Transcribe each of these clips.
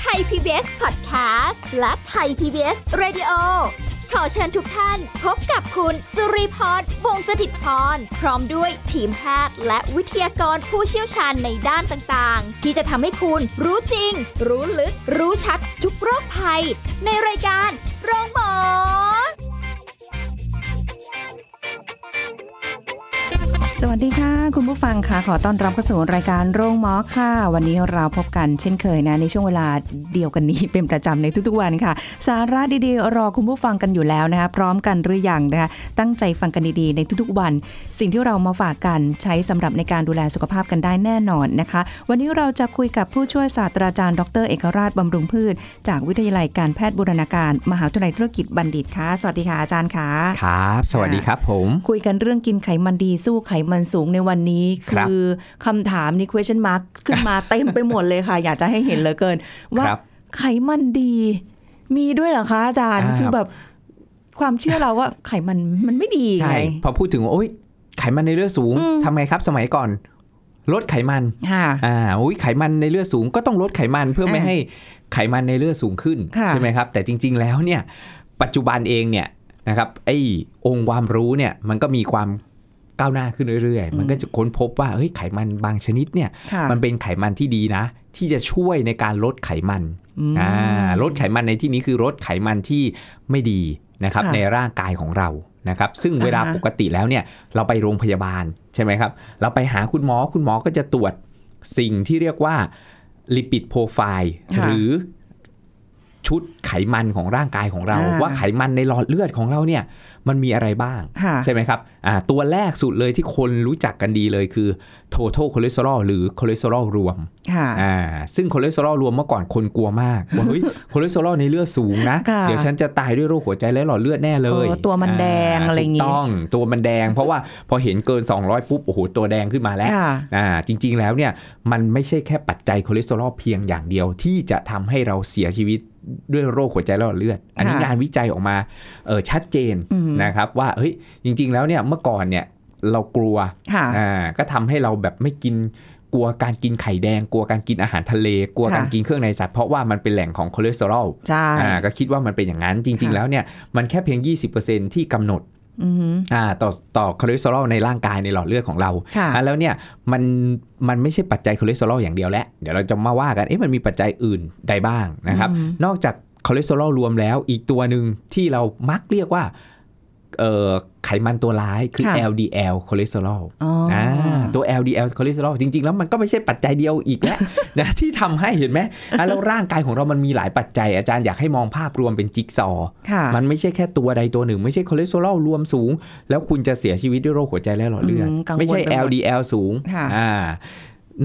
ไทย PBS Podcast และไทย PBS Radio ขอเชิญทุกท่านพบกับคุณสุริพรวงศสถิตพร พร้อมด้วยทีมแพทย์และวิทยากรผู้เชี่ยวชาญในด้านต่างๆ ที่จะทำให้คุณรู้จริง รู้ลึก รู้ชัดทุกโรคภัย ในรายการโรงพยาบาล สวัสดีค่ะ คุณผู้ฟังค่ะ ขอต้อนรับเข้าสู่รายการโรงหมอค่ะ วันนี้เราพบกันเช่นเคยนะ ในช่วงเวลาเดียวกันนี้ เป็นประจำในทุกๆวันค่ะ สาระดีๆ รอคุณผู้ฟังกันอยู่แล้วนะคะ พร้อมกันหรือยังนะคะ ตั้งใจฟังกันดีๆ ในทุกๆวัน สิ่งที่เรามาฝากกันใช้สำหรับในการดูแลสุขภาพกันได้แน่นอนนะคะ วันนี้เราจะคุยกับผู้ช่วยศาสตราจารย์ดร เอกราชบำรุงพืช จากวิทยาลัยการแพทย์บูรณาการ มหาวิทยาลัยธุรกิจบัณฑิตค่ะ สวัสดีค่ะอาจารย์ค่ะ ครับ สวัสดีครับผม คุยกันเรื่องกินไขมันดีสู้ไขมันสูงในวันนี้ ครั คื บ อคำถามนี้ question mark ขึ้นมา เต็มไปหมดเลยค่ะ อยากจะให้เห็นเหลือเกิน ว่า ครับ ไขมันดี มีด้วยเหรอคะอาจารย์ อ่า คือแบบความเชื่อเราว่าไขมันมันไม่ดี ใช่ ไง พอพูดถึงว่าโอ้ยไขมันในเลือดสูง อืม ทำไงครับสมัยก่อน ลดไขมัน ค่ะ อ่าอุ้ยไขมันในเลือดสูงก็ต้องลดไขมันเพื่อไม่ อ่า ให้ไขมันในเลือดสูงขึ้น ค่ะ ใช่ไหมครับ แต่จริง ๆแล้วเนี่ย ปัจจุบันเองเนี่ยนะครับไอ้องค์ความรู้เนี่ยมันก็มีความก้าวหน้าขึ้นเรื่อยๆ มันก็จะค้นพบว่าเฮ้ยไขมันบางชนิดเนี่ย ค่ะ มันเป็นไขมันที่ดีนะ ที่จะช่วยในการลดไขมัน อืม อ่าลดไขมันในที่นี้คือลดไขมันที่ไม่ดีนะครับ ค่ะ ในร่างกายของเรานะครับ ซึ่งเวลา อ่าฮะ ปกติแล้วเนี่ยเราไปโรงพยาบาลใช่ไหมครับ เราไปหาคุณหมอคุณหมอก็จะตรวจสิ่งที่เรียกว่าลิปิดโปรไฟล์ ค่ะ หรือชุดไขมันของร่างกายของเรา ว่าไขมันในหลอดเลือดของเราเนี่ยมันมีอะไรบ้าง ค่ะ ใช่ไหมครับอ่าตัวแรกสุดเลยที่คนรู้จักกันดีเลยคือ total cholesterol หรือ cholesterol รวม ค่ะ อ่าซึ่ง cholesterol รวมเมื่อก่อนคนกลัวมากว่าเฮ้ย cholesterol ในเลือดสูงนะ ค่ะ เดี๋ยวฉันจะตายด้วยโรคหัวใจและหลอดเลือดแน่เลย เออตัวมันแดงอะไรอย่างงี้ ถูกต้องตัวมันแดง เพราะว่าพอเห็นเกิน 200 ปุ๊บ โอ้โห ตัวแดงขึ้นมาแล้ว ค่ะ อ่าจริงๆแล้วเนี่ยมันไม่ใช่แค่ปัจจัยคอเลสเตอรอลเพียงอย่างเดียวที่จะทำให้เราเสียชีวิตด้วยโรคหัวใจและหลอดเลือด อันนี้ ค่ะ งานวิจัยออกมาเออชัดเจน อืม นะครับว่าเฮ้ยจริง ๆ แล้วเนี่ยเมื่อก่อนเนี่ยเรากลัว ค่ะ อ่าก็ทำให้เราแบบไม่กินกลัวการกินไข่แดง กลัวการกินอาหารทะเล กลัว ค่ะ การกินเครื่องในสัตว์เพราะว่ามันเป็นแหล่งของคอเลสเตอรอล ใช่ อ่าก็คิดว่ามันเป็นอย่างนั้นจริง ๆ ค่ะ แล้วเนี่ยมันแค่เพียง 20%ที่กำหนด อือหือ อ่าต่อต่อคอเลสเตอรอลในร่างกายในหลอดเลือดของเรา ค่ะ อ่ะแล้วเนี่ยมันมันไม่ใช่ปัจจัยคอเลสเตอรอลอย่างเดียวแหละเดี๋ยวเราจะมาว่ากันเอ๊ะมันมีปัจจัยอื่นใดบ้างนะครับ อืม นอกจากคอเลสเตอรอลรวมแล้วอีกตัวหนึ่งที่เรามักเรียกว่าเอ่อไขมันตัวร้ายคือ ค่ะ LDL คอเลสเตอรอล อ๋ออ ่าตัว LDL คอเลสเตอรอลจริง ๆ แล้วมันก็ไม่ใช่ปัจจัยเดียวอีกแล้ว นะที่ทำให้เห็นไหมอ่ะแล้วร่างกายของเรามันมีหลายปัจจัย อาจารย์อยากให้มองภาพรวมเป็นจิ๊กซอว์ ค่ะ มันไม่ใช่แค่ตัวใดตัวหนึ่ง ไม่ใช่คอเลสเตอรอลรวมสูง แล้วคุณจะเสียชีวิตด้วยโรคหัวใจและหลอดเลือด อืมกังวล ไม่ใช่ ไปหมด LDL สูง ค่ะ อ่า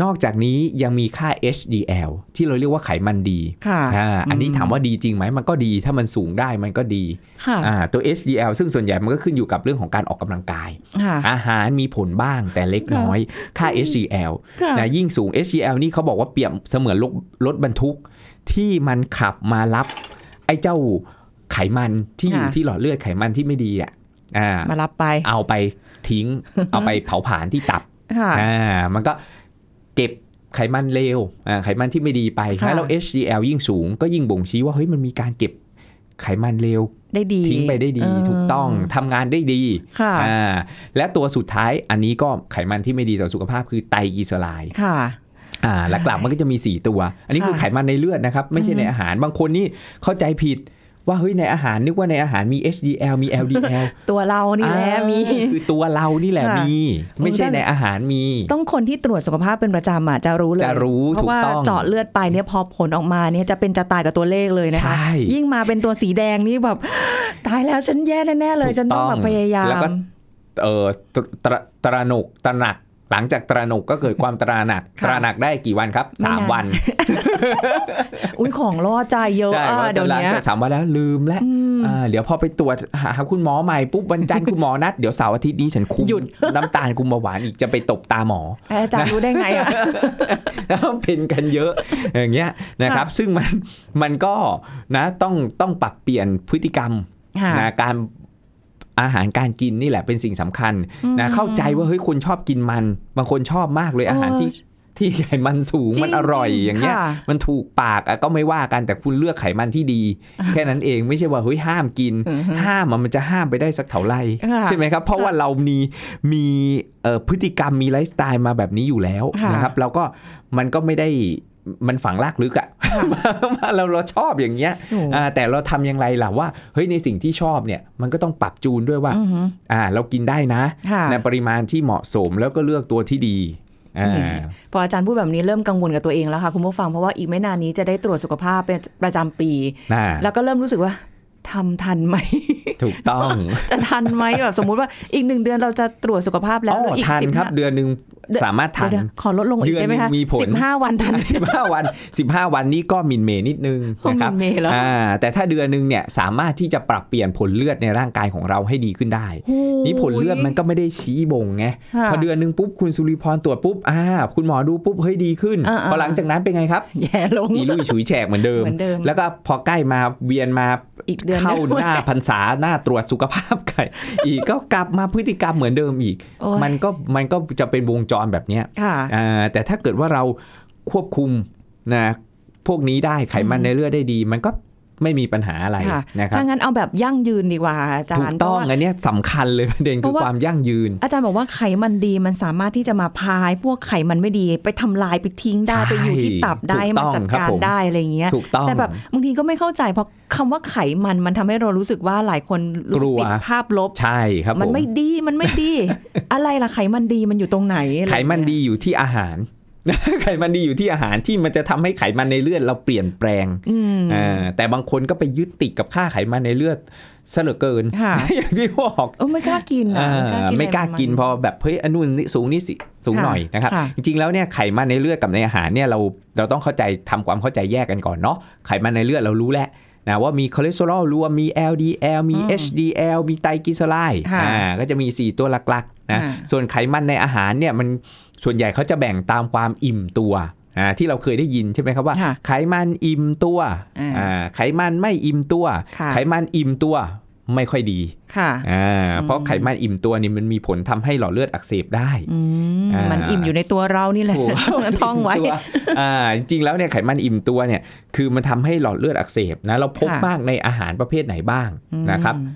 นอกจากนี้ยังมีค่า HDL ที่เราเรียกว่าไขมันดี ค่ะ อ่าอันนี้ อืม ถามว่าดีจริงไหมมันก็ดีถ้ามันสูงได้มันก็ดี ค่ะ อ่าตัว HDL ซึ่งส่วนใหญ่มันก็ขึ้นอยู่กับเรื่องของการออกกำลังกาย ค่ะ อาหารมีผลบ้างแต่เล็ก ค่ะ น้อยค่า HDL ค่ะ นะยิ่งสูง HCL นี่เขาบอกว่าเปรียบเสมือนรถรถบรรทุกที่มันขับมารับ ไอ้เจ้าไขมันที่อยู่ ค่ะ ที่หลอดเลือดไขมันที่ไม่ดีอ่ะอ่า มารับไป เอาไปทิ้ง เอาไปเผาผลาญที่ตับ ค่ะ อ่ามันก็เก็บไขมันเลวอ่าไขมันที่ไม่ดีไป ค่ะ แล้ว HDL ยิ่งสูงก็ยิ่งบ่งชี้ว่าเฮ้ยมันมีการเก็บไขมันเลว ได้ดี ทิ้งไปได้ดี เ ถูกต้องทำงานได้ดี ค่ะ อ่าและตัวสุดท้ายอันนี้ก็ไขมันที่ไม่ดีต่อสุขภาพคือไตรกลีเซอไรด์ ค่ะ อ่าหลักๆมันก็จะมี 4 ตัว อันนี้ ค่ะ คือไขมันในเลือดนะครับ ไม่ใช่ อือฮึ ในอาหารบางคนนี่เข้าใจผิดว่าเฮ้ยในอาหารนึกว่าในอาหารมี HDL มี LDL ตัวเรานี่แหละ อ่า มี คือตัวเรานี่แหละ ค่ะ มี ไม่ใช่ โอ้ได้ ในอาหารมี ต้องคนที่ตรวจสุขภาพเป็นประจำอ่ะจะรู้เลย จะรู้ เพ ถู ราะ ก ว่า ต้อง เจาะเลือดไปเนี่ยพอผลออกมาเนี่ยจะเป็นจะตายกับตัวเลขเลยนะคะ ใช่ ยิ่งมาเป็นตัวสีแดงนี่แบบ ตายแล้วฉันแย่แน่ๆเลย ฉันต้องแบบพยายา แล้ว ม ก็เอ่อตรตระตระหนกตระหนัก หลังจากตระหนกก็เกิดความตระหนัก ค่ะ ตระหนักได้กี่วันครับ ไม่นาน 3 วัน อุ้ยของล่อใจเยอะ ใช่ อ่ะ ว่า เดี๋ยว หลัง เนี้ย จากสามวันแล้วลืมแล้ว อืม อ่าเดี๋ยวพอไปตรวจหาคุณหมอใหม่ปุ๊บวันจันทร์คุณหมอนัดเดี๋ยวเสาร์อาทิตย์นี้ฉันคุม หยุด น้ำตาลคุมเบาหวานอีกจะไปตบตา หมอ อาจารย์รู้ได้ไงอ่ะ แล้วเป็นกันเยอะอย่างเงี้ยนะครับ ซึ่งมันมันก็นะต้องต้องปรับเปลี่ยนพฤติกรรม ค่ะ นะการ อาหารการกินนี่แหละเป็นสิ่งสำคัญนะเข้าใจว่าเฮ้ยคนชอบกินมัน บางคนชอบมากเลยอาหารที่ที่ไขมันสูง จริง มันอร่อยอย่างเงี้ย ค่ะ มันถูกปากอะก็ไม่ว่ากันแต่คุณเลือกไขมันที่ดี แค่นั้นเองไม่ใช่ว่าเฮ้ยห้ามกิน อือฮึ ห้ามอะมันจะห้ามไปได้สักเท่าไหร่ ค่ะ ใช่ไหมครับ เพราะว่าเรามีมีเอ่อพฤติกรรมมีไลฟ์สไตล์มาแบบนี้อยู่แล้ว ค่ะ นะครับเราก็มันก็ไม่ได้มันฝังลากลึกอะ มาเราเราชอบอย่างเงี้ย โอ้ อ่าแต่เราทำอย่างไรล่ะว่าเฮ้ยในสิ่งที่ชอบเนี่ยมันก็ต้องปรับจูนด้วยว่า อือหือ อ่าเรากินได้นะ ค่ะ ในปริมาณที่เหมาะสมแล้วก็เลือกตัวที่ดีอ่ นี่ า พออาจารย์พูดแบบนี้เริ่มกังวลกับตัวเองแล้วค่ะคุณผู้ฟังเพราะว่าอีกไม่นานนี้จะได้ตรวจสุขภาพเป็นประจำปี อ่า แล้วก็เริ่มรู้สึกว่าทำทันไหม ถูกต้อง จะทันไหมแบบสมมุติว่าอีกหนึ่งเดือนเราจะตรวจสุขภาพแล้ว อ๋อ แล้วอีก ทัน สิบ ครับ ห้า เดือนหนึ่ง เดือน สามารถทัน เดี๋ยวๆขอลดลงอีก เดือน ได้ไหมคะ หนึ่งมีผล สิบห้าวันทัน สิบห้า วันสิบห้าวันนี้ก็มินเมนิดนึงนะครับ โอ้มินเมเหรออ่ อ่าแต่ถ้าเดือนหนึ่งเนี่ยสามารถที่จะปรับเปลี่ยนผลเลือดในร่างกายของเราให้ดีขึ้นได้ นี่ผลเลือดมันก็ไม่ได้ชี้บ่งไง ค่ะ พอเดือนหนึ่งปุ๊บคุณสุริพรตรวจปุ๊บอ่าคุณหมอดูปุ๊บเฮ้ยดีขึ้น อ่าๆ พอหลังจากนั้นเป็นไงครับ แย่ลง อีลุยฉุยแฉกเหมือนเดิม เหมือนเดิม แล้วก็พอใกล้มาเวียนมา อีกเดือน เข้าหน้า ะ พรรษาหน้าตรวจสุขภาพไก่ อีกก็กลับมาพฤติกรรมเหมือนเดิมอีก โอ้ย มันก็มันก็จะเป็นวงจรแบบเนี้ย ค่ะ อ่าแต่ถ้าเกิดว่าเราควบคุมนะพวกนี้ได้ไขมันในเลือดได้ดี มันก็ไม่มีปัญหาอะไร ค่ะ นะครับ ถ้างั้นเอาแบบยั่งยืนดีกว่าอาจา ถู ร ก ย์ ต้เพราะองว่า อันเนี้ยสำคัญเลยประเด็น เพ คือ ราะว่า ความยั่งยืน อาจารย์บอกว่าไขมันดีมันสามารถที่จะมาพาย พวกไขมันไม่ดีไปทำลายไปทิ้งได้ ใช่ ไปอยู่ที่ตับได้ ถูกต้ มา อง จัด ครับ การ ผม ได้อะไรอย่างเงี้ย ถูกต้อง แต่แบบบางทีก็ไม่เข้าใจเพราะคำว่าไขมันมันทำให้เรารู้สึกว่าหลายคนรู้สึก กลัว ติดภาพลบ ใช่ครับ มัน ผ ไม่ดีมันไม่ ดี อะไรล่ะไขมันดีมันอยู่ตรงไหนอะร ไขมัน เงี้ย ดีอยู่ที่อาหาร ไขมันดีอยู่ที่อาหารที่มันจะทำให้ไขมันในเลือดเราเปลี่ยนแปลง อืม อ่าแต่บางคนก็ไปยึดติดกับค่าไขมันในเลือดซะเหลือเกิน ค่ะ อย่างที่บอก โอ้ไม่กล้ากินนะ อ่าไม่กล้ากิน อะ พ ร อแบบเฮ้ยอันนู้นนี่สูงนี่สิสูง ค่ะ หน่อยนะครับ ค่ะ จริงๆแล้วเนี่ยไขมันในเลือดกับในอาหารเนี่ยเราเราต้องเข้าใจทำความเข้าใจแยกกันก่อนเนาะไขมันในเลือดเรารู้แล้วนะว่ามีคอเลสเตอรอลรวมมี LDL มี อืม HDL มีไตรกลีเซอไรด์ ค่ะ อ่าก็จะมี 4 ตัวหลักๆนะ อ่า ส่วนไขมันในอาหารเนี่ยมันส่วนใหญ่เขาจะแบ่งตามความอิ่มตัวอ่าที่เราเคยได้ยินใช่ไหมครับว่า ค่ะ ไขมันอิ่มตัว อ่า อ่าไขมันไม่อิ่มตัว ค่ะ ไขมันอิ่มตัวไม่ค่อยดี ค่ะ อ่า อืม เพราะไขมันอิ่มตัวนี่มันมีผลทำให้หลอดเลือดอักเสบได้ อืม อ่ามั มันอิ่มอยู่ในตัวเรานี่แหละ ถูก ท่องไว้ มตัวอ่าจริงๆแล้วเนี่ยไขมันอิ่มตัวเนี่ยคือมันทำให้หลอดเลือดอักเสบนะเราพบ ค่ะ บ้างในอาหารประเภทไหนบ้างนะครับ อืม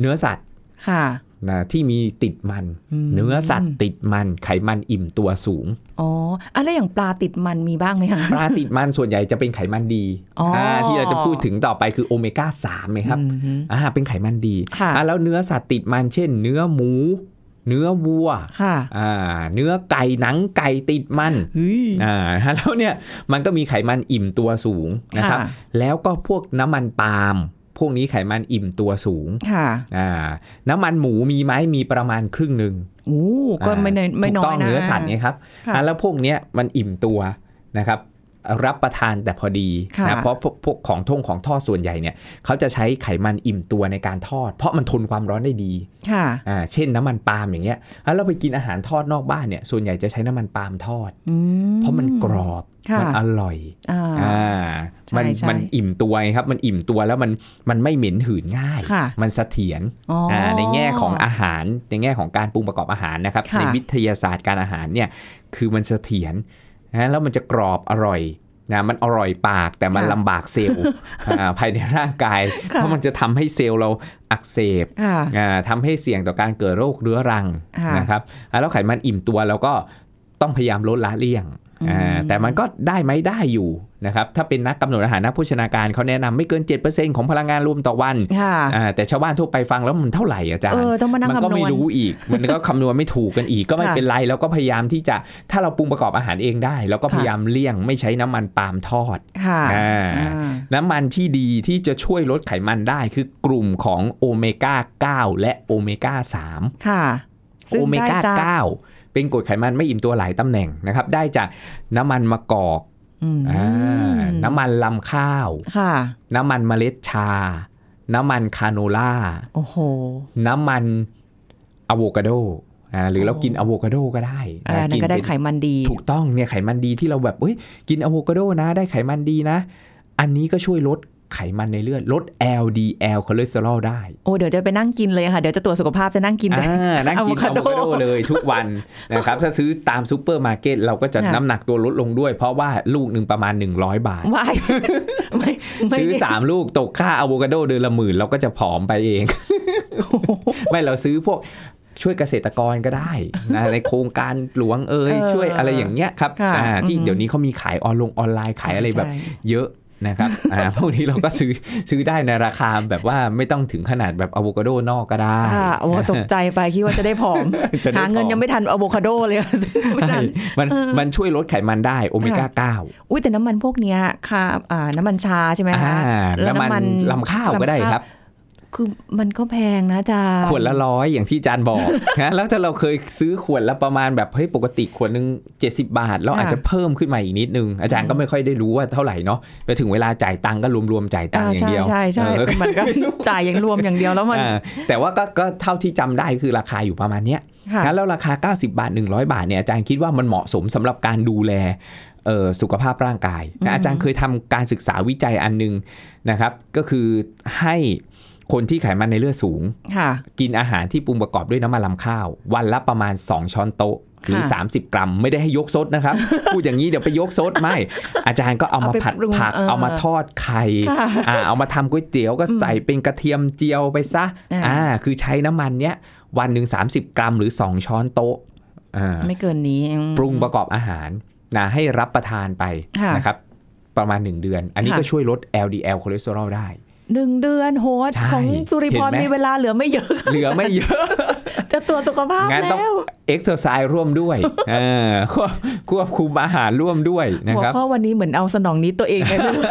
เนื้อสัตว์ ค่ะ นะที่มีติดมัน อืม เนื้อสัตว์ติดมันไขมันอิ่มตัวสูง อ๋ออะไรอย่างปลาติดมันมีบ้างไหมคะ ปลาติดมันส่วนใหญ่จะเป็นไขมันดี อ๋ออ่ าที่เราจะพูดถึงต่อไปคือโอเมก้า3ไหมครับ อืมฮึ อ่าเป็นไขมันดี ค่ะ อ่าแล้วเนื้อสัตว์ติดมันเช่น เนื้อหมู เนื้อวัว ค่ะ อ่าเนื้อไก่หนังไก่ติดมัน เฮ้ย อ่า แล้วเนี่ยมันก็มีไขมันอิ่มตัวสูงนะครับ ค่ะ แล้วก็พวกน้ำมันปาล์มพวกนี้ไขมันอิ่มตัวสูง ค่ะ อ่าน้ำมันหมูมีไหมมีประมาณครึ่งหนึ่ง โอ้ก็ไม่น้อย า ไม่น้อ ถูกต้ ย อง นะ เนื้อสัตว์เนี่ยครับ ค่ะ อ่าแล้วพวกเนี้ยมันอิ่มตัวนะครับ รับประทานแต่พอดี ค่ะ นะเพราะพวกพวกของท่งของทอดส่วนใหญ่เนี่ยเขาจะใช้ไขมันอิ่มตัวในการทอด เพราะมันทนความร้อนได้ดี ค่ะ อ่าเช่นน้ำมันปาล์มอย่างเงี้ยแล้วเราไปกินอาหารทอดนอกบ้านเนี่ยส่วนใหญ่จะใช้น้ำมันปาล์มทอด อืม เพราะมันกรอบ ค่ะ มัอร่อย อ่า อ่า ใช่ มัน ใช่ มันอิ่มตัวไงครับมันอิ่มตัวแล้วมันมันไม่เหม็นหืนง่าย ค่ะ มันเสถียร อ๋ออ อ่าในแง่ของอาหารในแง่ของการปรุงประกอบอาหารนะครับ ค่ะ ในวิทยาศาสตร์การอาหารเนี่ยคือมันเสถียรนะแล้วมันจะกรอบอร่อยนะมันอร่อยปากแต่มันลำบากเซ ลล์ อ่าภายในร่างกาย เพราะมันจะทำให้เซลล์เราอักเสบ ค่ะ อ่าทำให้เสี่ยงต่อการเกิดโรคเรื้อรัง ค่ะ นะครับอ่าแล้วไขมันอิ่มตัวเราก็ต้องพยายามลดละเลี่ยงอ่า อืม แต่มันก็ได้ไหมได้อยู่นะครับถ้าเป็นนักกำหนดอาหารนักโภชนาการเขาแนะนำไม่เกิน 7%ของพลังงานรวมต่อวัน ค่ะ อ่าแต่ชาวบ้านทั่วไปฟังแล้วมันเท่าไหร่อาจาร เอ ย์ อต้องมานั่ง มัก็ คำน ไม่ วณ รู้อีก มันก็คำนวณไม่ถูกกันอีกก็ไม่ ค่ะ เป็นไรแล้วก็พยายามที่จะถ้าเราปรุงประกอบอาหารเองได้ แล้วก็ ค่ะ พยายามเลี่ยงไม่ใช้น้ำมันปาล์มทอด ค่ะ อ่า า น้ำมันที่ดีที่จะช่วยลดไขมันได้คือกลุ่มของโอเมก้า 9 และโอเมก้า 3 ค่ะซึ่ง โอเม ได้ ก้า จ 9 เป็นกรดไขมันไม่อิ่มตัวหลายตำแหน่งนะครับ ได้จากน้ำมันมะกอก อืม อ่าน้ำมันลำข้าว ค่ะ น้ำมันเมล็ดชา น้ำมันคาโนล่า โอ้โห น้ำมันอะโวคาโดอ่าหรือเรา โอ้ กินอะโวคาโดก็ได้ อันนั้นก็ได้ เป็น ไขมันดี ถูกต้องเนี่ยไขมันดีที่เราแบบเอ้ยกินอะโวคาโดนะได้ไขมันดีนะ อันนี้ก็ช่วยลด ไขมันในเลือด ลด LDL คอเลสเตอรอลได้ โอ้เดี๋ยวจะไปนั่งกินเลยค่ะ เดี๋ยวจะตรวจสุขภาพจะนั่งกินแต่ อ่านั่งกินอะ avocado โวคาโดเลยทุกวัน นะครับถ้าซื้อตามซูเปอร์มาร์เก็ตเราก็จะ ค่ะ น้ำหนักตัวลดลงด้วย เพราะว่าลูกหนึ่งประมาณ 100 บาท วาย ไม่ไม่ ซื้อ 3 ลูกตกค่าอะโวคาโดเดือนละหมื่นเราก็จะผอมไปเอง ไม่เราซื้อพวกช่วยเกษตรกรก็ได้ นะ ในโครงการหลวงเอ่ย เออ ช่วยอะไรอย่างเงี้ยครับ ค่ะ อ่าที่ อืม เดี๋ยวนี้เขามีขายออนลงออนไลน์ขายอะไรแบบ ใช่ เยอะนะครับ อ่า พวกนี้เราก็ซื้อซื้อได้ในราคาแบบว่าไม่ต้องถึงขนาดแบบอะโวคาโดนอกก็ได้ ค่ะโอ้ตกใจไปคิดว่าจะได้ผอม จะได้ หาเงิน ผอม ยังไม่ทันอะโวคาโดเลยไม่ทัน มันมันช่วยลดไขมันได้โอเมก้าเก้า อุ้ยแต่น้ำมันพวกเนี้ยค่ะอ่าน้ำมันชาใช่ไหมคะ อ่า แล้ว น้ำมันลำข้าวก็ได้ครับ คือมันก็แพงนะอาจารย์ ขวดละร้อยอย่างที่อาจานบอก นะแล้วถ้าเราเคยซื้อขวดละประมาณแบบเฮ้ยปกติขวดหนึ่ง70 บาท เราอาจจะเพิ่มขึ้นมาอีกนิดนึง อาจารย์ก็ไม่ค่อยได้รู้ว่าเท่าไหร่เนาะไปถึงเวลาจ่ายตังค์ก็รวมๆจ่ายตัง อ่า ค์อย่าง ใช่ เดียว ใช่ใช่ เออ มัน ก็ จ่ายอย่างรวมอย่างเดียวแล้วมัน อ่าแต่ว่าก็ก็เท่าที่จำได้คือราคาอยู่ประมาณเนี้ย ค่ะ งั้นแล้วราคา 90 บาท 100 บาทเนี่ยอาจารย์คิดว่ามันเหมาะสมสำหรับการดูแลเอ่อสุขภาพร่างกาย อืม นะอาจารย์เคยทำการศึกษาวิจัยอันหนึงนะครับ ก็คือให้คนที่ไขมันในเลือดสูง ค่ะ กินอาหารที่ปรุงประกอบด้วยน้ำมันลำข้าว วันละประมาณ 2 ช้อนโต๊ะหรือ ค่ะ 30 กรัม ไม่ได้ให้ยกซด นะครับ พูดอย่างนี้เดี๋ยวไปยกซดไม่ อาจารย์ก็เอามา เอาไป ผัด ปรุง ผัก เออ เอามาทอดไข่ ค่ะ อ่าเอามาทำก๋วยเตี๋ยวก็ใส่เป็นกระเทียมเจียวไปซะ อ่า อ่าคือใช้น้ำมันเนี้ยวันหนึ่ง30 กรัมหรือ 2 ช้อนโต๊ะอ่า ไม่เกินนี้อืม ปรุงประกอบอาหารนะให้รับประทานไป ค่ะ นะครับประมาณ 1 เดือน อันนี้ ค่ะ ก็ช่วยลด LDL คอเลสเตอรอลได้ หนึ่งเดือนโหด ใช่ ของสุริพร เห็นไหม มีเวลาเหลือไม่เยอะ ค่ะ เหลือไม่เยอะ จะตรวจสุขภาพ งั้นต้อง แล้ว เอ็กซ์เซอร์ไซส์ร่วม ด้วยเออควบควบคุมอาหารร่วมด้วยนะ หัว ครับ ข้อวันนี้เหมือนเอาสนองนี้ตัวเองไป ด้วย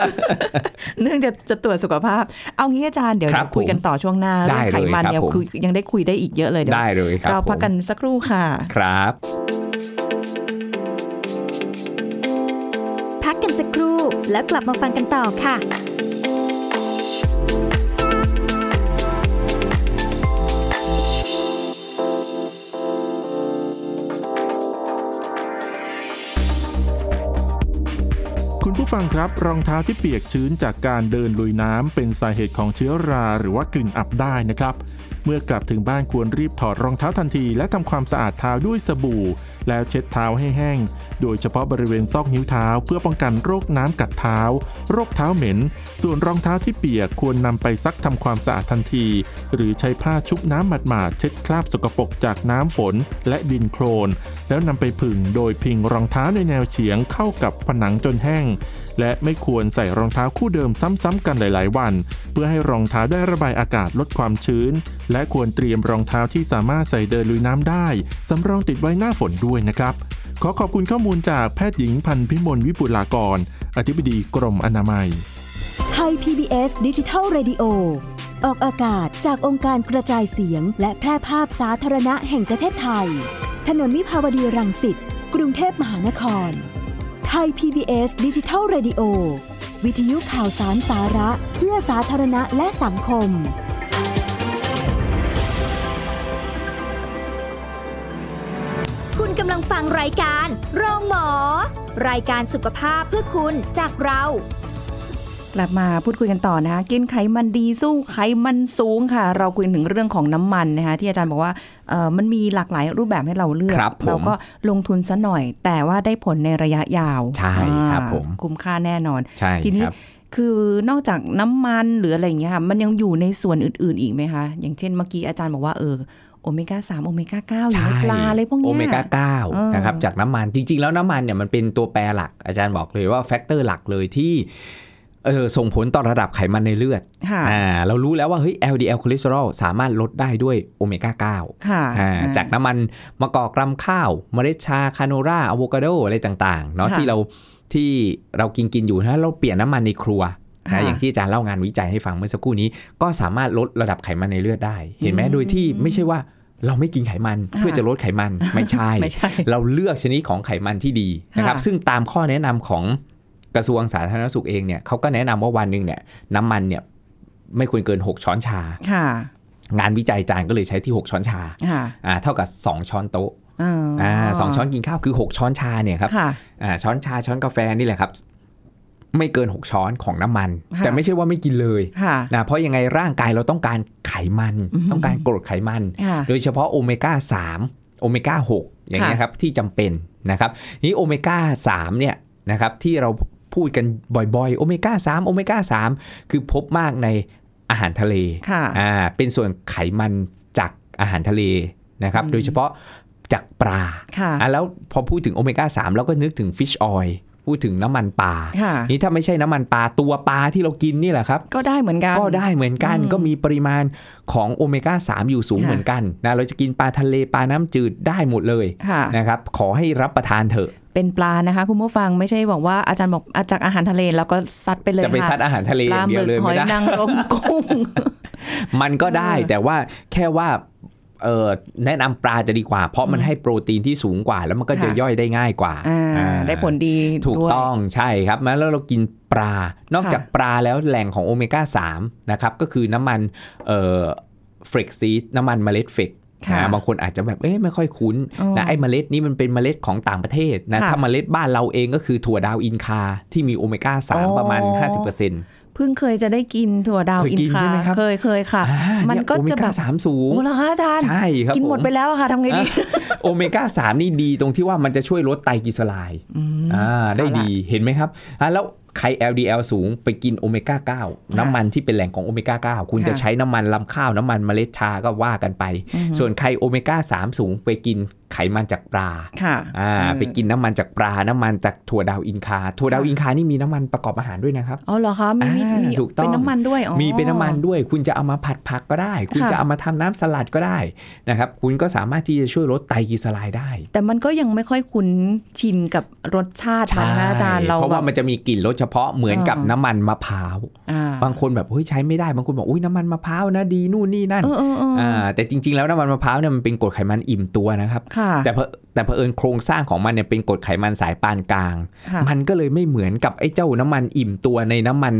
เนื่องจะจะตรวจสุขภาพ เอางี้อาจารย์เดี๋ยว ครับ จะคุยกันต่อช่วงหน้า ได้ เรื่องไขมัน เลยครับ เนี่ย ผม คุยยังได้คุยได้อีกเยอะเลยเดี๋ยว ได้เลยครับ เราพัก ผม กันสักครู่ค่ะ ครับ พักกันสักครู่แล้วกลับมาฟังกันต่อค่ะ คุณผู้ฟังครับรองเท้าที่เปียกชื้นจากการเดินลุยน้ำเป็นสาเหตุของเชื้อราหรือว่ากลิ่นอับได้นะครับ เมื่อกลับถึงบ้านควรรีบถอดรองเท้าทันที และทำความสะอาดเท้าด้วยสบู่ แล้วเช็ดเท้าให้แห้ง โดยเฉพาะบริเวณซอกนิ้วเท้า เพื่อป้องกันโรคน้ำกัดเท้า โรคเท้าเหม็น ส่วนรองเท้าที่เปียกควรนำไปซักทำความสะอาดทันที หรือใช้ผ้าชุบน้ำหมาดๆเช็ดคราบสกปรกจากน้ำฝนและดินโคลน แล้วนำไปผึ่งโดยพิงรองเท้าในแนวเฉียงเข้ากับผนังจนแห้ง และไม่ควรใส่รองเท้าคู่เดิมซ้ำๆกันหลาย ๆ วัน เพื่อให้รองเท้าได้ระบายอากาศลดความชื้น และควรเตรียมรองเท้าที่สามารถใส่เดินลุยน้ำได้สำรองติดไว้หน้าฝนด้วยนะครับ ขอขอบคุณข้อมูลจากแพทย์หญิงพันธุ์พิมลวิปุลากร อธิบดีกรมอนามัย ไทย PBS ดิจิทัล Radio ออกอากาศจากองค์การกระจายเสียง และแพร่ภาพสาธารณะแห่งประเทศไทย ถนนวิภาวดีรังสิต กรุงเทพมหานคร ไทย PBS ดิจิทัล Radio วิทยุข่าวสารสาระเพื่อสาธารณะและสังคม คุณกำลังฟังรายการโรงหมอ รายการสุขภาพเพื่อคุณจากเรา กลับมาพูดคุยกันต่อนะคะกินไขมันดีสู้ไขมันสูงค่ะ เราคุยถึงเรื่องของน้ำมันนะคะที่อาจารย์บอกว่าเอ่อมันมีหลากหลายรูปแบบให้เราเลือก ครับผม เราก็ลงทุนซะหน่อย แต่ว่าได้ผลในระยะยาว ใช่ครับ อ่า ผม คุ้มค่าแน่นอน ใช่ ทีนี้ ครับ คือนอกจากน้ำมันหรืออะไรอย่างเงี้ยค่ะมันยังอยู่ในส่วนอื่นๆอีกไหมคะ อย่างเช่นเมื่อกี้อาจารย์บอกว่าเออโอเมก้าสามโอเมก้าเก้าอยู่ในปลาอะไรพวกเนี้ย โอเมก้าเก้า เออ นะครับจากน้ำมันจริง ๆ แล้วน้ำมันเนี่ยมันเป็นตัวแปรหลัก อาจารย์บอกเลยว่าแฟกเตอร์หลักเลยที่เออส่งผลต่อระดับไขมันในเลือด ค่ะ อ่าเรารู้แล้วว่าเฮ้ย LDL คอเลสเตอรอลสามารถลดได้ด้วยโอเมก้าเก้า ค่ะ อ่าจากน้ำมันมะกอกรำข้าว เมล็ดชา คาโนราอะโวคาโด อะไรต่างๆเนาะที่เราที่เรากินกินอยู่ถ้าเราเปลี่ยนน้ำมันในครัวนะอย่างที่อาจารย์เล่างานวิจัยให้ฟังเมื่อสักครู่นี้ ก็สามารถลดระดับไขมันในเลือดได้ เห็นไหมโดยที่ไม่ใช่ว่าเราไม่กินไขมันเพื่อจะลดไขมันไม่ใช่ ไม่ใช่ เราเลือกชนิดของไขมันที่ดีนะครับ ค่ะ ซึ่งตามข้อแนะนำของกระทรวงสาธารณสุขเองเนี่ยเขาก็แนะนำว่าวันหนึ่งเนี่ยน้ำมันเนี่ยไม่ควรเกิน 6 ช้อนชา ค่ะ งานวิจัยอาจารย์ก็เลยใช้ที่ 6 ช้อนชา ค่ะ อ่าเท่ากับ 2 ช้อนโต๊ะ อ่ อ่า า สองช้อนกินข้าวคือ 6 ช้อนชาเนี่ยครับ ค่ะ อ่าช้อนชาช้อนกาแฟนี่แหละครับ ไม่เกิน 6 ช้อนของน้ำมัน ค่ะ แต่ไม่ใช่ว่าไม่กินเลย ค่ะ นะเพราะยังไงร่างกายเราต้องการไขมัน อือหือ ต้องการกรดไขมัน ค่ะ โดยเฉพาะโอเมก้า 3 โอเมก้า 6 อย่างเงี้ยครับ ที่จำเป็นนะครับนี้โอเมก้า 3 เนี่ยนะครับที่เราพูดกันบ่อยๆ โอเมก้า 3 โอเมก้า 3 คือพบมากในอาหารทะเล ค่ะ อ่าเป็นส่วนไขมันจากอาหารทะเลนะครับโดยเฉพาะจากปลา ค่ะ อ่ะแล้วพอพูดถึงโอเมก้า3เราก็นึกถึงฟิชออยพูดถึงน้ำมันปลา ค่ะ นี่ถ้าไม่ใช่น้ำมันปลาตัวปลาที่เรากินนี่แหละครับ ก็ได้เหมือนกัน ก็ได้เหมือนกัน อืม ก็มีปริมาณของโอเมก้า3อยู่สูง ค่ะ เหมือนกันนะเราจะกินปลาทะเลปลาน้ำจืดได้หมดเลย ค่ะ นะครับขอให้รับประทานเถอะ เป็นปลานะคะ คุณผู้ฟังไม่ใช่บอกว่าอาจารย์บอกอาจากอาหารทะเลแล้วก็ซัดไปเลย จะไป ค่ ซัดอาหารทะเล ป อ ลา ย่าง ห เดีย มึ ว ก เลย หอ ไม่ ย ได้ นางรมกุ้ง มันก็ได้ เออ แต่ว่าแค่ว่าเอ่อแนะนำปลาจะดีกว่า เพราะมันให้โปรตีนที่สูงกว่า แล้วมันก็จะ ค่ะ ย่อยได้ง่ายกว่า อ่า อ่า ได้ผลดี ถูก ด้วย ต้องใช่ครับแล้วเรากินปลานอก ค่ะ จากปลาแล้วแหล่งของโอเมก้า3นะครับก็คือน้ำมันเอ่อเฟกซีดน้ำมันเมล็ดเฟก ค่ะ นะบางคนอาจจะแบบเอ๊ะไม่ค่อยคุ้น อ๋อ นะไอ้เมล็ดนี้มันเป็นเมล็ดของต่างประเทศนะ ค่ะ ถ้าเมล็ดบ้านเราเองก็คือถั่วดาวอินคา ที่มีโอเมก้า อ๋อ 3 ประมาณ 50%เ เพิ่งเคยจะได้กินถั่วดาว เคย อิน กิน คา ใช่ไหมครับ เคยเคยค่ะ มั มัน ก็จะแบบ โอเมก้าสามสูง โอ้เหรอคะอาจารย์ ใช่ครับ กินหมด ผ ไปแล้วอะค่ะทำไงดี โอเมก้าสามนี่ดีตรงที่ว่ามันจะช่วยลดไตรกลีเซอไรด์อ่าได้ดีเห็นไหมครับอ่ะแล้วใคร LDL สูงไปกินโอเมก้า9น้ำมันที่เป็นแหล่งของโอเมก้า9คุณ ค่ะ จะใช้น้ำมันลำข้าว น้ำมันเมล็ดชาก็ว่ากันไป อือฮึ ส่วนใครโอเมก้า3สูงไปกินไขมันจากปลา ค่ะ อ่า เออ ไปกินน้ำมันจากปลา น้ำมันจากถั่วดาวอินคา ถั่วดาวอินคานี่มีน้ำมันประกอบอาหารด้วยนะครับ อ๋อเหรอคะมีมี อ่า มี ถูกต้อง เป็นน้ำมันด้วยอ๋อ มีเป็นน้ำมันด้วย คุณจะเอามาผัดผักก็ได้ คุณ ค่ะ จะเอามาทำน้ำสลัดก็ได้นะครับคุณก็สามารถที่จะช่วยลดไตรกลีเซอไรด์ได้ แต่มันก็ยังไม่ค่อยคุ้นชินกับรสชาติมันนะอาจารย์เรา เพราะ แบ ว่า บ มันจะมีกลิ่นรสเฉพาะเหมือนกับ อ่า น้ำมันมะพร้าว อ่ บางคนแบบเฮ้ยใช้ไม่ได้ บางคนบอกอุ้ยน้ำมันมะพร้าวนะดีนู่นนี่นั่น เออเออเอออ แต่จริง ๆ แล้วน้ำมันมะพร้าวเนี่ยมันเป็นกรดไขมันอิ่มตัวนะครับ ค่ะ แต่เพอแต่เผอิญโครงสร้างของมันเนี่ยเป็นกรดไขมันสายปานกลาง ค่ะ มันก็เลยไม่เหมือนกับไอ้เจ้าน้ำมันอิ่มตัวในน้ำมัน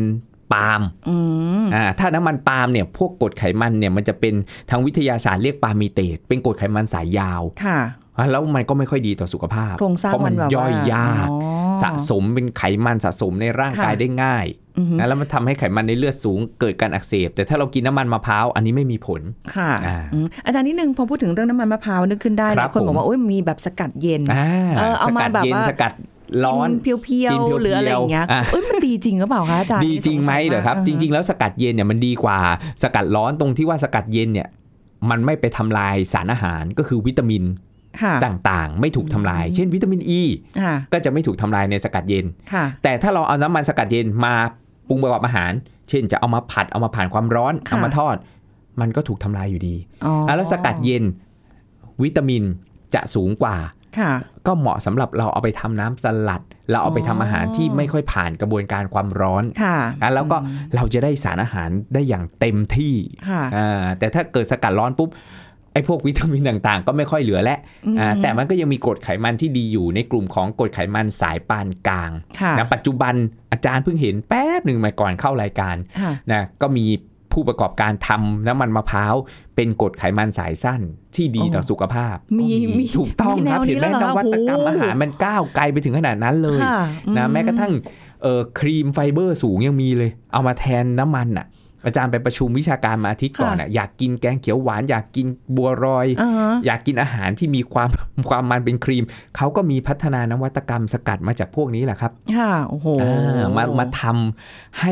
ปาล์ม อืม อ่าถ้าน้ำมันปาล์มเนี่ยพวกกรดไขมันเนี่ยมันจะเป็นทางวิทยาศาสตร์เรียกปาล์มิเตตเป็นกรดไขมันสายยาว ค่ะ อ่ะแล้วมันก็ไม่ค่อยดีต่อสุขภาพ โครงสร้าง เพราะ มั มัน น แบบ ย่อย ว่ ยาก อ๋อ สะสมเป็นไขมันสะสมในร่างกาย ค่ะ ได้ง่าย อือฮึ นะแล้วมันทำให้ไขมันในเลือดสูงเกิดการอักเสบ แต่ถ้าเรากินน้ำมันมะพร้าวอันนี้ไม่มีผล ค่ะ อ่า อืมอาจารย์นิดนึงพอพูดถึงเรื่องน้ำมันมะพร้าวนึกขึ้นได้ ค ห รั ลา บ ยคนบอก ผม ว่าโอ้ยมีแบบสกัดเย็น อ่า เออเอา ส มา กัด แบบ เย็น ว่า สกัดร้อน กิเพียว กินเพียว ๆ ๆ หรืออะไรอย่างเงี้ย อ่ะ เอ้ยมันดีจริงหรือเปล่าคะอาจารย์ ดีจริงไหมเหรอครับ จริง ๆ แล้วสกัดเย็นเนี่ยมันดีกว่า สกัดร้อนตรงที่ว่าสกัดเย็นเนี่ยมันไม่ไปทำลายสารอาหารก็คือวิตามิน ๆค่ะ ต่างๆ ไม่ถูกทำลาย เช่นวิตามินอ e, ี ค่ะ ก็จะไม่ถูกทำลายในสกัดเย็น ค่ะ แต่ถ้าเราเอาน้ำมันสกัดเย็นมาปรุงประกอบอาหาร เช่นจะเอามาผัดเอามาผ่านความร้อน ค่ะ เอามาทอด มันก็ถูกทำลายอยู่ดี อ๋อ อ่ะแล้วสกัดเย็นวิตามินจะสูงกว่า ค่ะ ก็เหมาะสำหรับเราเอาไปทำน้ำสลัด เราเอาไปทำอาหารที่ไม่ค่อยผ่านกระบวนการความร้อน ค่ะ อ่ะแล้วก็เราจะได้สารอาหารได้อย่างเต็มที่ ค่ะ อ่าแต่ถ้าเกิดสกัดร้อนปุ๊บไอ้พวกวิตามินต่างๆ ก็ไม่ค่อยเหลือแล้วอ่าแต่มันก็ยังมีกรดไขมันที่ดีอยู่ในกลุ่มของกรดไขมันสายปานกลาง ค่ะ นะปัจจุบันอาจารย์เพิ่งเห็นแป๊บหนึ่งมาก่อนเข้ารายการ ค่ะ นะก็มีผู้ประกอบการทำน้ำมันมะพร้าว เป็นกรดไขมันสายสั้นที่ดี โอ้ ต่อสุขภาพ มี ก็ มี ถูกต้อง มีแน ครั ว บ นี้ เห็นไหม แล้วเหรอนวัตกรรม โอ้โห อาหารมันก้าวไกลไปถึงขนาดนั้นเลย ค่ะ นะ อื แม้กระทั่งเอ่อครีมไฟเบอร์สูงยังมีเลย เอามาแทนน้ำมันอ่ะ อาจารย์ไปประชุมวิชาการมาอาทิตย์ก่อน ค่ะ อ่ะอยากกินแกงเขียวหวาน อยากกินบัวรอย อ่าฮะ อยากกินอาหารที่มีความ ความมันเป็นครีมเขาก็มีพัฒนานวัตกรรมสกัดมาจากพวกนี้แหละครับ ค่ะ โอ้โห อ่ามามาทำให้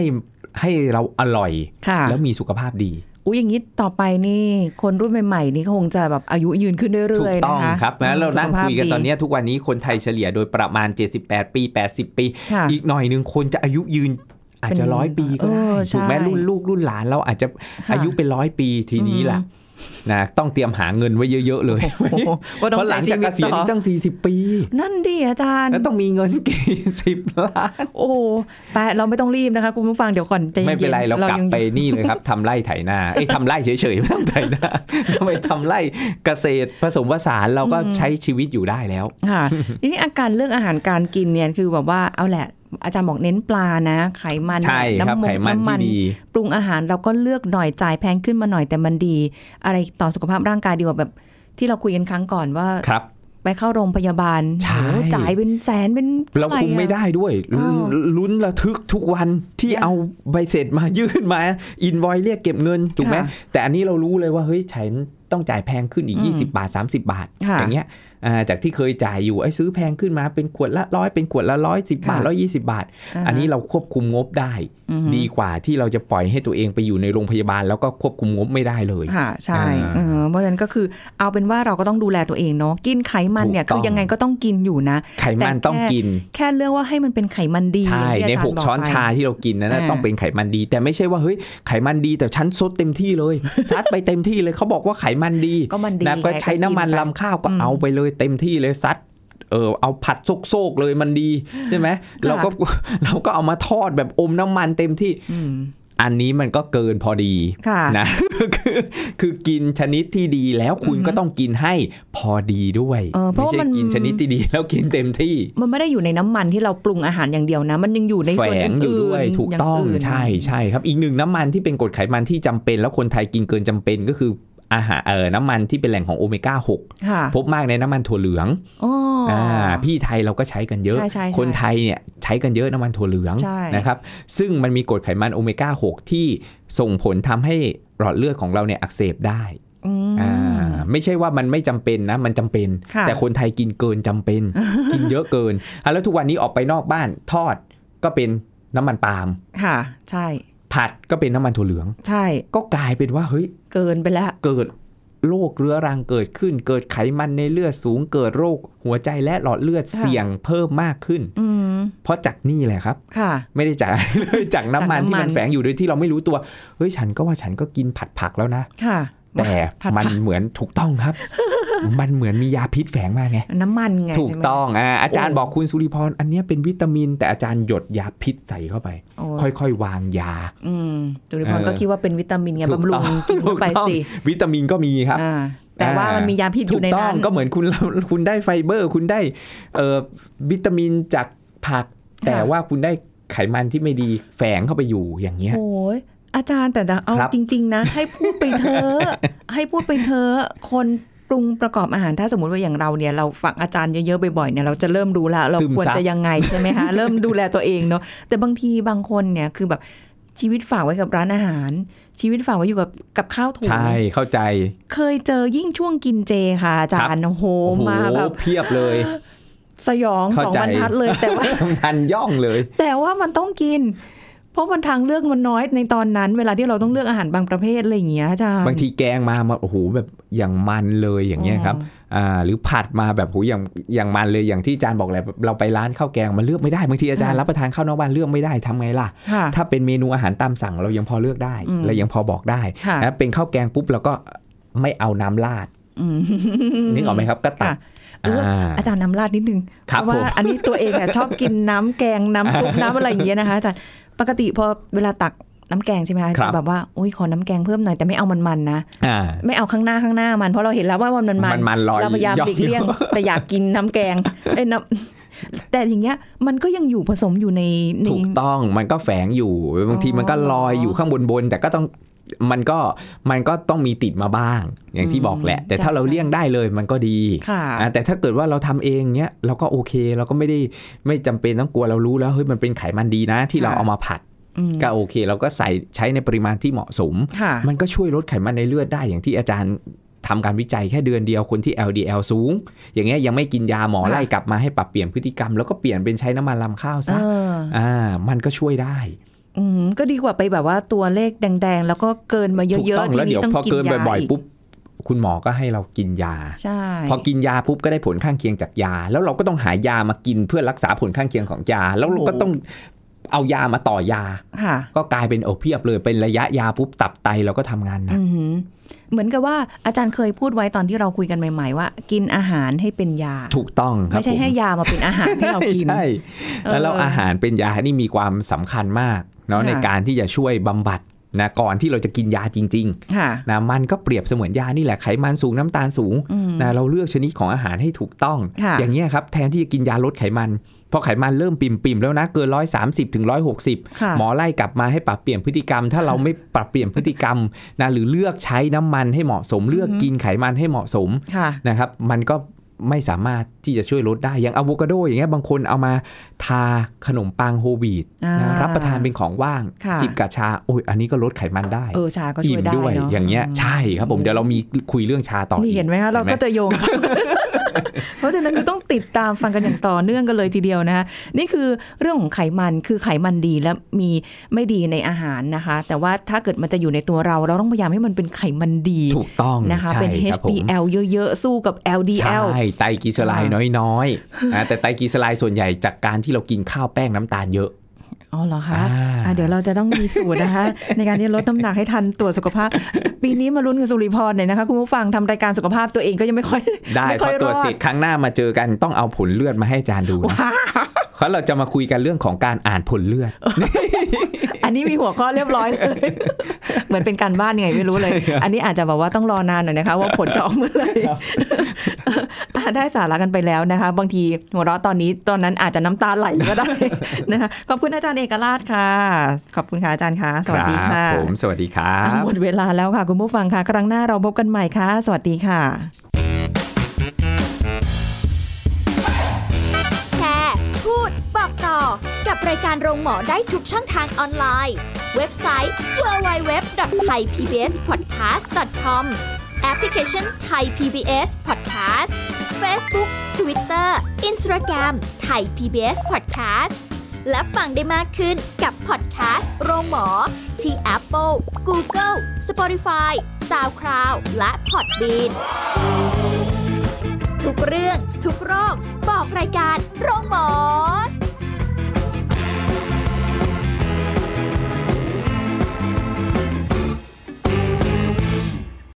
ให้เราอร่อย ค่ะ แล้วมีสุขภาพดี อุ้ยอย่างนี้ต่อไปนี่ คนรุ่นใหม่ๆนี่ก็คงจะแบบอายุยืนขึ้น ถู เรื่ ก อยๆ ต้อ นะ ง คะ ครับนะเรานั่ง สุขภพ คุยกัน ดี ตอนเนี้ยทุกวันนี้คนไทยเฉลี่ยโดยประมาณ 78 ปี 80 ปี ค่ะ อีกหน่อยหนึ่งคนจะอายุยืนอาจจะ เป็น ร้อยปีก็ได้ เออ ถูกไหม ใช่ รุ่นลูกรุ่นหลานเราอาจจะ ค่ะ อายุเป็นร้อยปีทีนี้ล่ะนะต้องเตรียมหาเงินไว้เยอะ ๆ เลย โอ้โหว่าต้อง เพราะหลังจากเกษียใช้ณชีวิตต่อ นี่ตั้ง 40 ปี นั่นดิอาจารย์ แล้วต้องมีเงินกี่สิบล้าน โอ้โหแปะเราไม่ต้องรีบนะคะ คุณผู้ฟังเดี๋ยวก่อนใจย็ๆ ไม่เป็นไรเรากลับ ยัง ไปนี่เลยครับ ทำไร่ไถ นาเอ้ยทำไร่เฉยๆไม่ต้องไถนา เราไปทำไร่เกษตรผสมผสานเราก็ใช้ชีวิตอยู่ได้แล้ว ค่ะ ทีนี้อาการเลือกอาหารการกินเนี่ยคือแบบว่าเอาแหละ อาจารย์บอกเน้นปลานะ ไขมัน ใช่ครับ น้ำม ไข ง มัน น้ำมั ที่ น ดี ปรุงอาหารเราก็เลือกหน่อยจ่ายแพงขึ้นมาหน่อยแต่มันดี อะไรต่อสุขภาพร่างกายดีกว่าแบบที่เราคุยกันครั้งก่อนว่า ครับ ไปเข้าโรงพยาบาล ใช่ โอ้โหจ่ายเป็นแสนเป็น เราคุม ท่หอะ ไม่ได้ด้วย อ้าว ลุ้นระทึกทุกวันที่เอาใบเสร็จมายื่นมา อินวอยเรียกเก็บเงินถูกไหม ค่ะ แต่อันนี้เรารู้เลยว่าเฮ้ยฉันต้องจ่ายแพงขึ้นอีก อืม 20 บาท 30 บาท ค่ะ อย่างเงี้ยอ่าจากที่เคยจ่ายอยู่ไอ้ซื้อแพงขึ้นมาเป็นขวดละร้อยเป็นขวดละร้อยสิบาท ค่ะ ร้อยี่สิบาท อ่าฮะ อันนี้เราควบคุมงบได้ อือหือ ดีกว่าที่เราจะปล่อยให้ตัวเองไปอยู่ในโรงพยาบาลแล้วก็ควบคุมงบไม่ได้เลย ค่ะใช่ อ่า เออเพราะฉะนั้นก็คือเอาเป็นว่าเราก็ต้องดูแลตัวเองเนาะกินไขมันเนี่ย ถูกต้ คือ อง ยังไงก็ต้องกินอยู่นะ ไขมัน แต่ ต้องกิน แค่เลือกว่าให้มันเป็นไขมันดี ใช่ อย่าง ใน ที่อาจารย์ หก บก ช้อน ไป ชาที่เรากินนั้นนะ อ่า ต้องเป็นไขมันดี แต่ไม่ใช่ว่าเฮ้ยไขมันดีแต่ฉันซดเต็มที่เลย ซัดไปเต็มที่เลยเขาบอกว่าไขมันดี ก็มันดี นะก็ ไง ใช้น้ำมัน กิไป ลำข้าวก็ อืม เอาไปเลยเต็มที่เลยซัดเออเอาผัดโซกๆเลยมันดีใช่ไหม ะ เราก็ เราก็เอามาทอดแบบอมน้ำมันเต็มที่ อืม อันนี้มันก็เกินพอดี ค่ะ นะ คือคือกินชนิดที่ดีแล้วคุณ อือฮึ ก็ต้องกินให้พอดีด้วย เออเพ ไม่ ราะว่า ใช่ มัน กินชนิดที่ดีแล้วกินเต็มที่ มันไม่ได้อยู่ในน้ำมันที่เราปรุงอาหารอย่างเดียวนะ มันยังอยู่ใน แฝ ส่วน ง อื่นๆ อยู่ด้วยถูก ย่า ต้อง น ใช่ใช่ครับ อีกหนึ่งน้ำมันที่เป็นกรดไขมันที่จำเป็น แล้วคนไทยกินเกินจำเป็นก็คืออาหารเออน้ำมันที่เป็นแหล่งของโอเมก้า ค่ะ 6พบมากในน้ำมันถั่วเหลือง อ๋ออ ่าพี่ไทยเราก็ใช้กันเยอะ ใช่ใช่ใช่ คนไทยเนี่ยใช้กันเยอะน้ำมันถั่วเหลือง ใช่ นะครับซึ่งมันมีกรดไขมันโอเมก้า6ที่ส่งผลทำให้หลอดเลือดของเราเนี่ยอักเสบได้ อืม อ่าไม่ใช่ว่ามันไม่จำเป็นนะมันจำเป็น ค่ะ แต่คนไทยกินเกินจำเป็น กินเยอะเกินอ่ะแล้วทุกวันนี้ออกไปนอกบ้านทอดก็เป็นน้ำมันปาล์ม ค่ะ ใช่ ผัดก็เป็นน้ำมันถั่วเหลือง ใช่ ก็กลายเป็นว่าเฮ้ย เกินไปแล้ว เกิดโรคเรื้อรังเกิดขึ้น เกิดไขมันในเลือดสูง เกิดโรคหัวใจและหลอดเลือด ค่ะ เสี่ยงเพิ่มมากขึ้น อืม เพราะจากนี่แหละครับ ค่ะ ไม่ได้จากอะไร เลยจากน้ำมัน จากน้ำมัน ที่มันแฝงอยู่โดยที่เราไม่รู้ตัวเฮ้ยฉันก็ว่าฉันก็กินผัดผักแล้วนะ ค่ะ แต่ ผัดผัก มันเหมือนถูกต้องครับ มันเหมือนมียาพิษแฝงมาไง น้ำมันไง ถูก ใช่ไหม ต้องอ่าอาจารย์บอกคุณสุริพรอันเนี้ยเป็นวิตามิน แต่อาจารย์หยดยาพิษใส่เข้าไป โอ้ ค่อยๆ วางยา อืมจุลิพร เออ ก็คิดว่าเป็นวิตามินไง ถู บำรุง ต้อง กินเข้าไป ถูต้อง สิ วิตามินก็มีครับ อ่าแต่ว่ามันมียาพิษอ ถู ยู่ ก ใน ต้อ นั้ ง น ก็เหมือนคุณ คุณได้ไฟเบอร์ คุณได้เอ่อวิตามินจากผัก แต่ว่าคุณได้ไขมันที่ไม่ดีแฝงเข้าไปอยู่อย่างเงี้ย โอ้ยอาจารย์แต่จะเอา ครับ จริง ๆ นะ ให้พูดไปเถ อะให้พูดไปเถอะคนปรุงประกอบอาหารถ้าสมมติว่าอย่างเราเนี่ยเราฟังอาจารย์เยอะๆบ่อยๆเนี่ยเราจะเริ่มรู้ละเราควรจะยังไงใช่ไหม คะเริ่มดูแลตัวเองเนาะแต่บางทีบางคนเนี่ยคือแบบชีวิตฝากไว้กับร้านอาหาร ชีวิตฝากไว้อยู่กับกับข้าวถุง ใช่เข้าใจ เคยเจอยิ่งช่วงกินเจค่ะอาจารย์โอ้โห โอ้โห มาแบบ เพียบเลย สยอง เข้า สอง ใจ บรรทัดเลยแต่ว่า ทันย่องเลย แต่ว่ามันต้องกิน เพราะมันทางเลือกมันน้อยในตอนนั้น เวลาที่เราต้องเลือกอาหารบางประเภทอะไรอย่างเงี้ยอาจารย์ บางทีแกงมามาโอ้โหแบบอย่างมันเลยอย่างเงี้ยครับอ่าหรือผัดมาแบบโหอย่างอย่างมันเลยอย่างที่อาจารย์บอกแหละเราไปร้านข้าวแกงมันเลือกไม่ได้บางทีอาจารย์ ค่ะ รับประทานข้าวนอกบ้านเลือกไม่ได้ทำไงล่ะ ค่ะ ถ้าเป็นเมนูอาหารตามสั่งเรายังพอเลือกได้ อืม เรายังพอบอกได้ ค่ะ นะเป็นข้าวแกงปุ๊บเราก็ไม่เอาน้ำราด อืม นึกออกไหมครับก็ตัด ค่ะ เออ อ่า อาจารย์น้ำราดนิดนึง ครับ เพราะ ผม ว่าอันนี้ตัวเองอะชอบกินน้ำแกงน้ำซุปน้ำอะไรอย่างเงี้ย นะคะอาจารย์ปกติพอเวลาตักน้ำแกงใช่ไหมคะ ครับ จะแบบว่าอุ้ยขอน้ำแกงเพิ่มหน่อยแต่ไม่เอามันๆนะ อ่า ไม่เอาข้างหน้าข้างหน้ามันเพราะเราเห็นแล้วว่ามันมัน มันมันลอย เราพยายามหลีกเลี่ยง อ แต่อยากกินน้ำแกง เอ้ยน้ำแต่อย่างเงี้ยมันก็ยังอยู่ผสมอยู่ในใน ถูกต้องมันก็แฝงอยู่บางทีมันก็ลอยอยู่ข้างบนบนๆแต่ก็ต้องมันก็มันก็ต้องมีติดมาบ้าง อย่างที่บอกแหละ แต่ ใช่ ถ้าเรา ใช่ เลี่ยงได้เลยมันก็ดี ค่ะ อ่าแต่ถ้าเกิดว่าเราทำเองเนี้ยเราก็โอเคเราก็ไม่ได้ไม่จำเป็นต้องกลัวเรารู้แล้วเฮ้ยมันเป็นไขมันดีนะ ที่เรา ค่ะ เอามาผัด อืม ก็โอเค เราก็ใส่ใช้ในปริมาณที่เหมาะสม ค่ะ มันก็ช่วยลดไขมันในเลือดได้อย่างที่อาจารย์ทำการวิจัยแค่เดือนเดียวคนที่ LDL สูง อย่างเงี้ยยังไม่กินยาหมอ ค่ะ ไล่กลับมาให้ปรับเปลี่ยนพฤติกรรม แล้วก็เปลี่ยนเป็นใช้น้ำมันลำข้าว เอ ซะ อ อ่ามันก็ช่วยได้ อืมก็ดีกว่าไปแบบว่าตัวเลขแดง ๆ แล้วก็เกินมาเย ถูก อะ ต้อๆงที แล้ว นี้ เดี๋ยว ต้อง พอ กิน เกิน ยา บ่อย อีก ๆปุ๊บคุณหมอก็ให้เรากินยา ใช่ พอกินยาปุ๊บก็ได้ผลข้างเคียงจากยา แล้วเราก็ต้องหายามากินเพื่อรักษาผลข้างเคียงของยา แล้วเราก็ต้องเอายามาต่อยา ค่ะ ก็กลายเป็นโอาเพียบเลยเป็นระยะยาปุ๊บตับไตเราก็ทำงานหนัก อือหือเหมือนกับว่าอาจารย์เคยพูดไว้ตอนที่เราคุยกันใหม่ ๆ ว่า กินอาหารให้เป็นยา ถูกต้องครับ ไม่ใช่ ผม ให้ยามาเป็นอาหารให้เรากิน ใช่แล้วเรา เออ อาหารเป็นยานี่มีความสำคัญมากเนาะ ค่ะ ในการที่จะช่วยบำบัดนะก่อนที่เราจะกินยาจริง ค่ะ ๆนะมันก็เปรียบเสมือนยานี่แหละไขมันสูงน้ำตาลสูง อืม นะเราเลือกชนิดของอาหารให้ถูกต้อง ค่ะ อย่างเงี้ยครับแทนที่จะกินยาลดไขมันพอไขมันเริ่มปิ่มๆแล้วนะเกินร้อยสามสิบถึงร้อยหกสิบ ค่ะ หมอไล่กลับมาให้ปรับเปลี่ยนพฤติกรรม ถ้าเราไม่ปรับเปลี่ยนพฤติกรรมนะหรือเลือกใช้น้ำมันให้เหมาะสม เลือกกินไขมันให้เหมาะสม ค่ะ นะครับมันก็ ไม่สามารถที่จะช่วยลดได้ อย่างอะโวคาโดอย่างเงี้ยบางคนเอามาทาขนมปังโฮลวีต อ่า นะ รั รับประทานเป็นของว่าง ค่ะ จิบกะชาโอ้ยอันนี้ก็ลดไขมันได้ เออชาก็ช่ อิ่ ว ม ยได้ ด้วย เนาะ อย่างเงี้ยใช่ครับผมเดี๋ยวเรามีคุยเรื่องชาต่อ นี่ อีก เห็นไหมคะเราก็จะโยง เพราะฉะนั้นคือต้องติดตามฟังกันอย่างต่อเนื่องกันเลยทีเดียวนะคะนี่คือเรื่องของไขมันคือไขมันดีและมีไม่ดีในอาหารนะคะ แต่ว่าถ้าเกิดมันจะอยู่ในตัวเรา เราต้องพยายามให้มันเป็นไขมันดี ถูกต้อง นะคะ ใช่ เป็น ครับผม HDL เยอะๆ สู้กับ LDL ใช่ไตรกลีเซอไรด์น้อยๆนะแต่ไตรกลีเซอไรด์ส่วนใหญ่จากการที่เรากินข้าวแป้งน้ำตาลเยอะ อ๋อเหรอคะ อ่า อ่ะเดี๋ยวเราจะต้องมีสูตรนะคะ ในการที่ลดน้ำหนักให้ทันตรวจสุขภาพ ปีนี้มาลุ้นกับสุริพรหน่อยนะคะคุณผู้ฟังทำรายการสุขภาพตัวเองก็ยังไม่ค่อย ได้ ม่ พ ค่ อ อย ตรวจ อดเสร็จครั้งหน้ามาเจอกันต้องเอาผลเลือดมาให้อาจารย์ดูนะเพราะเราจะมาคุยกันเรื่องของการอ่านผลเลือด อันนี้มีหัวข้อเรียบร้อยเลย เหมือนเป็นการบ้านยังไงไม่รู้เลย อันนี้อาจจะแบบว่าต้องรอนานหน่อยนะคะ ว่าผลจะออกเมื่อไหร่อ่ะได้สาระกันไปแล้วนะคะ บางทีหัวเราะตอนนี้ตอนนั้นอาจจะน้ำตาไหลก็ได้ นะคะขอบคุณอาจารย์เอกราชค่ะ ขอบคุณค่ะอาจารย์ค่ะ สวัสดีค่ะ รับผมสวัสดีครับ หมดเวลาแล้วค่ะ คุณผู้ฟังค่ะ ครั้งหน้าเราพบกันใหม่ค่ะ สวัสดีค่ะ แชร์ พูด บอกต่อ กับรายการโรงหมอได้ทุกช่องทางออนไลน์ เว็บไซต์ www.thaipbspodcast.com แอปพลิเคชัน Thai PBS Podcast Facebook Twitter Instagram Thai PBS Podcast และฟังได้มากขึ้นกับพอดแคสต์โรงหมอ ที่ Apple, Google, Spotify, SoundCloud และ Podbean ทุกเรื่องทุกโรค บอกรายการโรงหมอ